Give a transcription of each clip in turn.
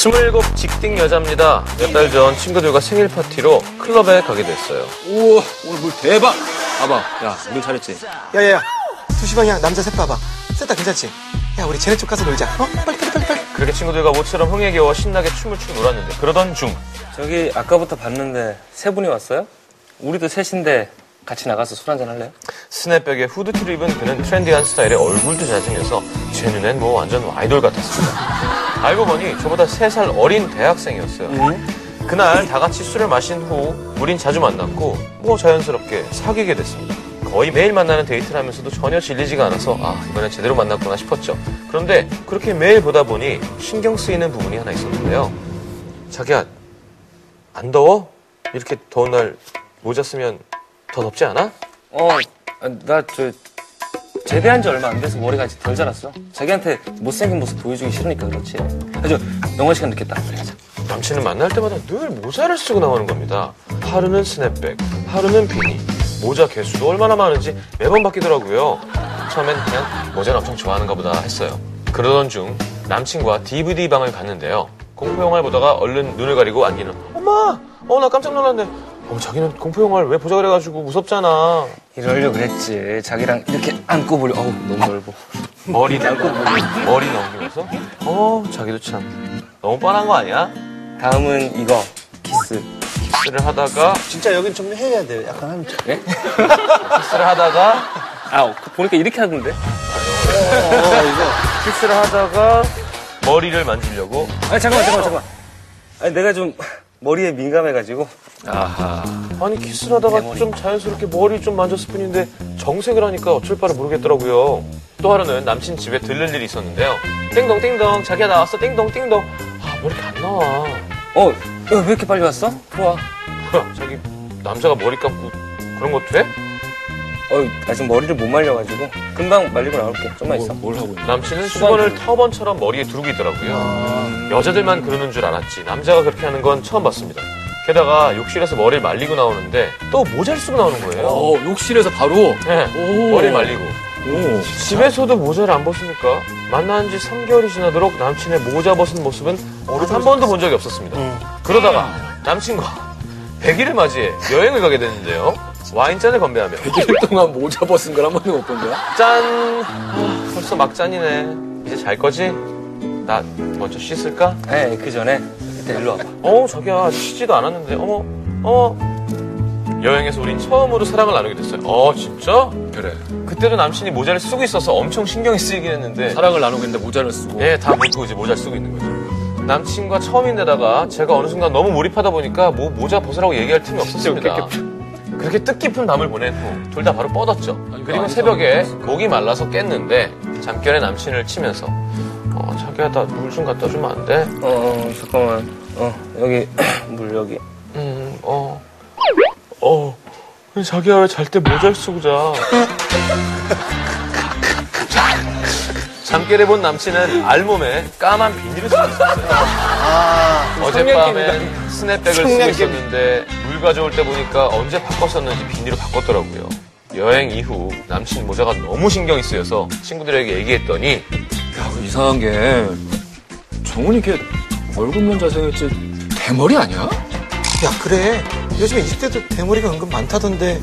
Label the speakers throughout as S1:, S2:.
S1: 27 직딩 여자입니다. 몇 달 전 친구들과 생일 파티로 클럽에 가게 됐어요.
S2: 우와 오늘 물 대박 봐봐 야 우리 잘했지
S3: 야야야 두시방이야 남자 셋 봐봐 셋 다 괜찮지? 야 우리 쟤네 쪽 가서 놀자 어? 빨리 빨리 빨리 빨리
S1: 그렇게 친구들과 모처럼 흥에 겨워 신나게 춤을 추고 놀았는데 그러던 중
S4: 저기 아까부터 봤는데 세 분이 왔어요? 우리도 셋인데 같이 나가서 술 한잔 할래요?
S1: 스냅백에 후드티를 입은 그는 트렌디한 스타일에 얼굴도 잘생겨서 제 눈엔 뭐 완전 아이돌 같았습니다. 알고 보니 저보다 3살 어린 대학생이었어요. 그날 다 같이 술을 마신 후 우린 자주 만났고 뭐 자연스럽게 사귀게 됐습니다. 거의 매일 만나는 데이트를 하면서도 전혀 질리지가 않아서 아 이번엔 제대로 만났구나 싶었죠. 그런데 그렇게 매일 보다 보니 신경 쓰이는 부분이 하나 있었는데요. 자기야 안 더워? 이렇게 더운 날 모자 쓰면 더 덥지 않아?
S4: 어, 나 저 제대한 지 얼마 안 돼서 머리가 아직 덜 자랐어. 자기한테 못생긴 모습 보여주기 싫으니까 그렇지. 아주 영화 시간 늦겠다. 그래 가자.
S1: 남친은 만날 때마다 늘 모자를 쓰고 나오는 겁니다. 하루는 스냅백, 하루는 비니. 모자 개수도 얼마나 많은지 매번 바뀌더라고요. 처음엔 그냥 모자를 엄청 좋아하는가 보다 했어요. 그러던 중 남친과 DVD 방을 갔는데요. 공포 영화를 보다가 얼른 눈을 가리고 안기는 엄마, 어 나 깜짝 놀랐네. 어 자기는 공포 영화를 왜 보자 그래가지고 무섭잖아.
S4: 이러려고 그랬지. 자기랑 이렇게 안고 보려. 어우, 너무 넓어.
S1: 머리 넘고 머리 넘기면서 어 자기도 참 너무 뻔한 거 아니야?
S4: 다음은 이거. 키스.
S1: 키스를 하다가
S3: 진짜 여긴 좀 해야 돼 약간 하면 좀
S4: 예?
S1: 키스를 하다가
S4: 아, 그 보니까 이렇게 하던데.
S1: 키스를 하다가 머리를 만지려고
S4: 아, 잠깐만, 잠깐만, 잠깐만. 아니, 내가 좀 머리에 민감해가지고.
S1: 아니 키스를 하다가 좀 자연스럽게 머리 좀 만졌을 뿐인데 정색을 하니까 어쩔 바를 모르겠더라고요 또 하루는 남친 집에 들를 일이 있었는데요 띵동 띵동 자기야 나왔어 띵동 띵동 아 머리 안 나와
S4: 어, 야, 왜 이렇게 빨리 왔어? 들어와.
S1: 뭐야 자기 남자가 머리 감고 그런 것도 해?
S4: 어, 아직 머리를 못 말려가지고 금방 말리고 나올게. 좀만 있어.
S2: 뭐, 뭘 하고 있냐
S1: 남친은 수건을 터번처럼 머리에 두르고 있더라고요 여자들만 그러는 줄 알았지 남자가 그렇게 하는 건 처음 봤습니다 게다가 욕실에서 머리를 말리고 나오는데 또 모자를 쓰고 나오는 거예요
S2: 어 욕실에서 바로
S1: 네,
S2: 오.
S1: 머리 말리고
S2: 오
S1: 집에서도 모자를 안 벗습니까? 만난 지 3개월이 지나도록 남친의 모자 벗은 모습은 한 번도 본 적이 없었습니다. 그러다가 남친과 100일을 맞이해 여행을 가게 됐는데요. 와인잔을 건배하며
S2: 100일 동안 모자 벗은 걸 한 번도 못 본 거야?
S1: 짠! 아, 벌써 막잔이네. 이제 잘 거지? 나 먼저 씻을까?
S4: 네, 그 전에 일단 일로 와봐.
S1: 어 자기야 아직 쉬지도 않았는데 어머 어머 여행에서 우린 처음으로 사랑을 나누게 됐어요 어 진짜?
S2: 그래
S1: 그때도 남친이 모자를 쓰고 있어서 엄청 신경이 쓰이긴 했는데
S2: 사랑을 나누겠는데 모자를 쓰고
S1: 예, 다 벗고 이제 모자 를 쓰고 있는 거죠. 남친과 처음인데다가 제가 어느 순간 너무 몰입하다 보니까 뭐 모자 벗으라고 얘기할 틈이 없었습니다. 그렇게 뜻깊은 밤을 보낸 후 둘 다 바로 뻗었죠.
S2: 아니,
S1: 그리고
S2: 많이
S1: 새벽에 목이 말라서 깼는데 잠결에 남친을 치면서 어, 자기야 나 물 좀 갖다 주면 안 돼?
S4: 어, 어, 잠깐만. 어, 여기, 물 여기.
S1: 음, 어. 어. 근데 자기야 왜 잘 때 모자를 쓰고 자? 잠결에 본 남친은 알몸에 까만 비닐을 쓰고 있었어요. 어젯밤엔 스냅백을 쓰고 있었는데 물 가져올 때 보니까 언제 바꿨었는지 비닐을 바꿨더라고요. 여행 이후 남친 모자가 너무 신경이 쓰여서 친구들에게 얘기했더니
S2: 이상한 게 정훈이 걔 얼굴만 잘생겼지 대머리 아니야?
S3: 야 그래 요즘에 20대도 대머리가 은근 많다던데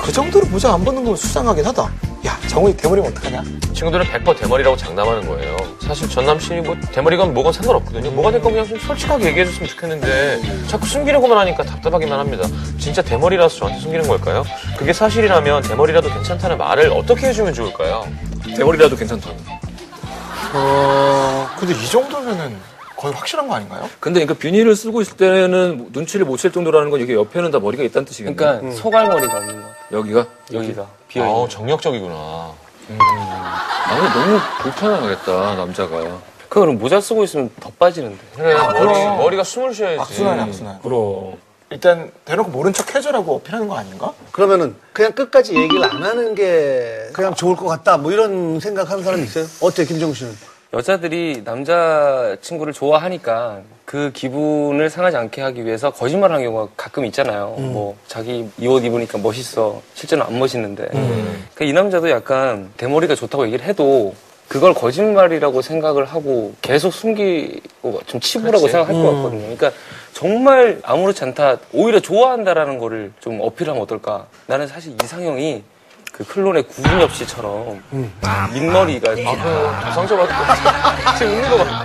S3: 그 정도로 모자 안 벗는 건 수상하긴 하다 야 정훈이 대머리면 어떡하냐
S1: 친구들은 100% 대머리라고 장담하는 거예요. 사실 전 남친이 뭐 대머리건 뭐건 상관없거든요. 뭐가 될 건 그냥 좀 솔직하게 얘기해줬으면 좋겠는데 자꾸 숨기려고만 하니까 답답하기만 합니다. 진짜 대머리라서 저한테 숨기는 걸까요? 그게 사실이라면 대머리라도 괜찮다는 말을 어떻게 해주면 좋을까요?
S2: 대머리라도 괜찮다
S3: 어 근데 이 정도면은 거의 확실한 거 아닌가요?
S2: 근데 그러니까 비닐을 쓰고 있을 때는 눈치를 못 챌 정도라는 건 이게 옆에는 다 머리가 있다는 뜻이겠네
S4: 그러니까 소갈머리가 없는 거.
S2: 여기가
S4: 여기가 비어 있는.
S1: 어, 정력적이구나.
S2: 나는 음, 너무 불편하겠다 남자가 아,
S4: 그거는 모자 쓰고 있으면 더 빠지는데.
S1: 그래, 머리, 머리가 숨을 쉬어야지.
S3: 악순환이 악순환
S2: 그럼
S3: 일단 대놓고 모른 척 해줘라고 어필하는 거 아닌가?
S5: 그러면은 그냥 끝까지 얘기를 안 하는 게 그냥 좋을 것 같다 뭐 이런 생각하는 사람 있어요? 어때 김정우 씨는?
S4: 여자들이 남자친구를 좋아하니까 그 기분을 상하지 않게 하기 위해서 거짓말 하는 경우가 가끔 있잖아요. 뭐, 자기 이 옷 입으니까 멋있어. 실제는 안 멋있는데. 그러니까 이 남자도 약간 대머리가 좋다고 얘기를 해도 그걸 거짓말이라고 생각을 하고 계속 숨기고 좀 치부라고 생각할 것 같거든요. 그러니까 정말 아무렇지 않다, 오히려 좋아한다라는 거를 좀 어필하면 어떨까. 나는 사실 이상형이 그 클론의 구준엽 씨처럼 민머리가
S1: 상처받고 지금 웃는 거 봐.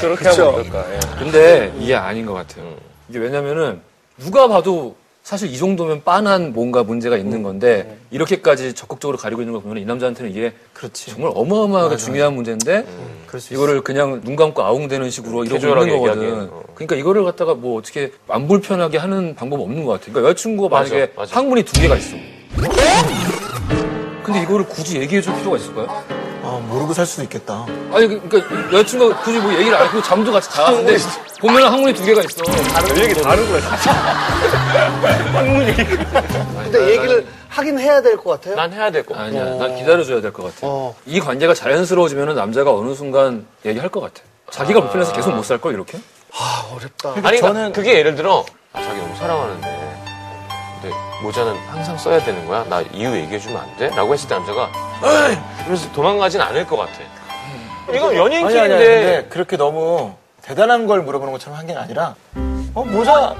S4: 그렇게 하면 어떨까. 예.
S2: 근데 이게 아닌 것 같아요. 이게 왜냐면은 누가 봐도 사실 이 정도면 빤한 뭔가 문제가
S3: 음.
S2: 있는 건데 이렇게까지 적극적으로 가리고 있는 걸 보면 이 남자한테는 이게
S3: 그렇지. 음.
S2: 정말 어마어마하게 중요한 문제인데
S3: 그럴 수 있어.
S2: 이거를 그냥 눈 감고 아웅대는 식으로 이러고
S1: 캐주얼하게
S2: 있는 거거든.
S1: 얘기하기엔, 어.
S2: 그러니까 이거를 갖다가 뭐 어떻게 안 불편하게 하는 방법 없는 것 같아. 그러니까 여자친구가
S1: 맞아,
S2: 만약에
S1: 맞아.
S2: 항문이 두 개가 있어. 근데 이거를 굳이 얘기해줄 필요가 있을까요?
S3: 아, 모르고 살 수도 있겠다.
S2: 아니 그- 그러니까 여자친구가 굳이 뭐 얘기를 안 하고 잠도 같이 자는데 보면 항문이 두 개가 있어.
S5: 근데 얘기를 하긴 해야 될 것 같아요.
S1: 난 해야 될 거.
S2: 아니야, 난 기다려줘야 될 것 같아.
S5: 어.
S2: 이 관계가 자연스러워지면 남자가 어느 순간 얘기할 것 같아. 자기가 불편해서 계속 못 살 걸 이렇게?
S5: 아, 어렵다.
S1: 아니 그러니까
S5: 저는
S1: 저는 그게 예를 들어 아, 자기 너무 사랑하는데 근데 모자는 항상 써야 되는 거야 나 이유 얘기해주면 안 돼? 라고 했을 때 남자가 에이! 이러면서 도망가진 않을 것 같아 이건
S3: 아니, 아니, 아니,
S1: 연인끼리인데
S3: 근데 그렇게 너무 대단한 걸 물어보는 것처럼 한 게 아니라, 어, 모자,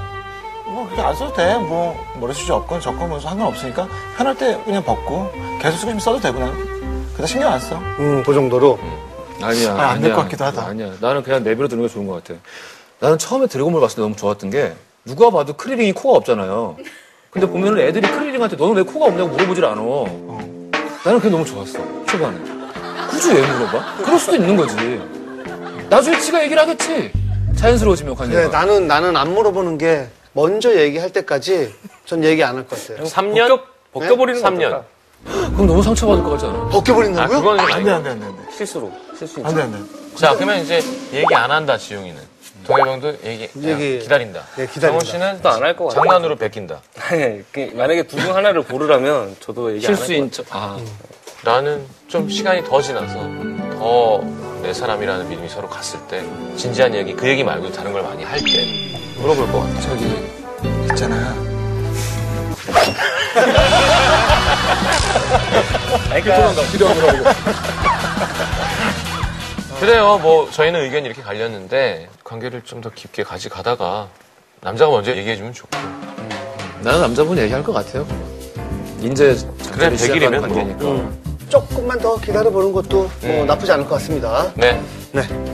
S3: 뭐, 그렇게 안 써도 돼. 뭐, 머리숱이 없건 적건 뭐 상관없으니까, 편할 때 그냥 벗고, 계속 쓰고 싶으면 써도 되고, 난. 그다 신경 안 써.
S5: 음, 그 정도로.
S2: 아니야.
S3: 아, 안될
S2: 아니야.
S3: 것 같기도 하다.
S2: 아니야. 나는 그냥 내버려 두는 게 좋은 것 같아. 나는 처음에 드래곤볼 봤을 때 너무 좋았던 게 누가 봐도 크리링이 코가 없잖아요. 근데 보면은 애들이 크리링한테 너는 왜 코가 없냐고 물어보질 않아. 나는 그게 너무 좋았어. 초반에. 굳이 왜 물어봐? 그럴 수도 있는 거지. 나중에 지가 얘기를 하겠지. 자연스러워지면 관계가.
S5: 네, 나는, 나는 안 물어보는 게 먼저 얘기할 때까지 전 얘기 안 할 것 같아요.
S1: 3년?
S4: 벗겨버리는 거
S1: 3년
S4: 어떨까?
S2: 어, 그럼 너무 상처받을 것 같지 않아?
S1: 아
S5: 벗겨버린다고요?
S1: 그건 좀
S3: 안 돼,
S1: 아니고
S3: 안 돼, 안 돼, 안 돼.
S4: 실수로. 실수
S3: 안 돼, 안 돼.
S1: 자 그러면 이제 얘기 안 한다 지용이는 동해병도 얘기, 아,
S5: 얘기-
S1: 얘기 기다린다
S5: 네, 기다린다.
S1: 정원 씨는
S4: 안할것 같아요.
S1: 장난으로 베낀다
S4: 아니, 그 만약에 둘 중 하나를 고르라면 저도 얘기 안할 것
S2: 실수인 척. 아.
S1: 나는 좀 시간이 더 지나서 더 내 사람이라는 믿음이 서로 갔을 때 진지한 얘기 그 얘기 말고 다른 걸 많이 할 때 물어볼 것 같아
S3: 저기, 있잖아.
S1: 그래요. 뭐 저희는 의견이 이렇게 갈렸는데 관계를 좀 더 깊게 가져가다가 남자가 먼저 얘기해주면 좋고
S2: 나는 남자분이 얘기할 것 같아요.
S1: 그래,
S2: 이제 작전이 시작하는
S1: 100일이면
S2: 관계니까.
S4: 음.
S5: 조금만 더 기다려보는 것도 뭐 나쁘지 않을 것 같습니다.
S1: 네.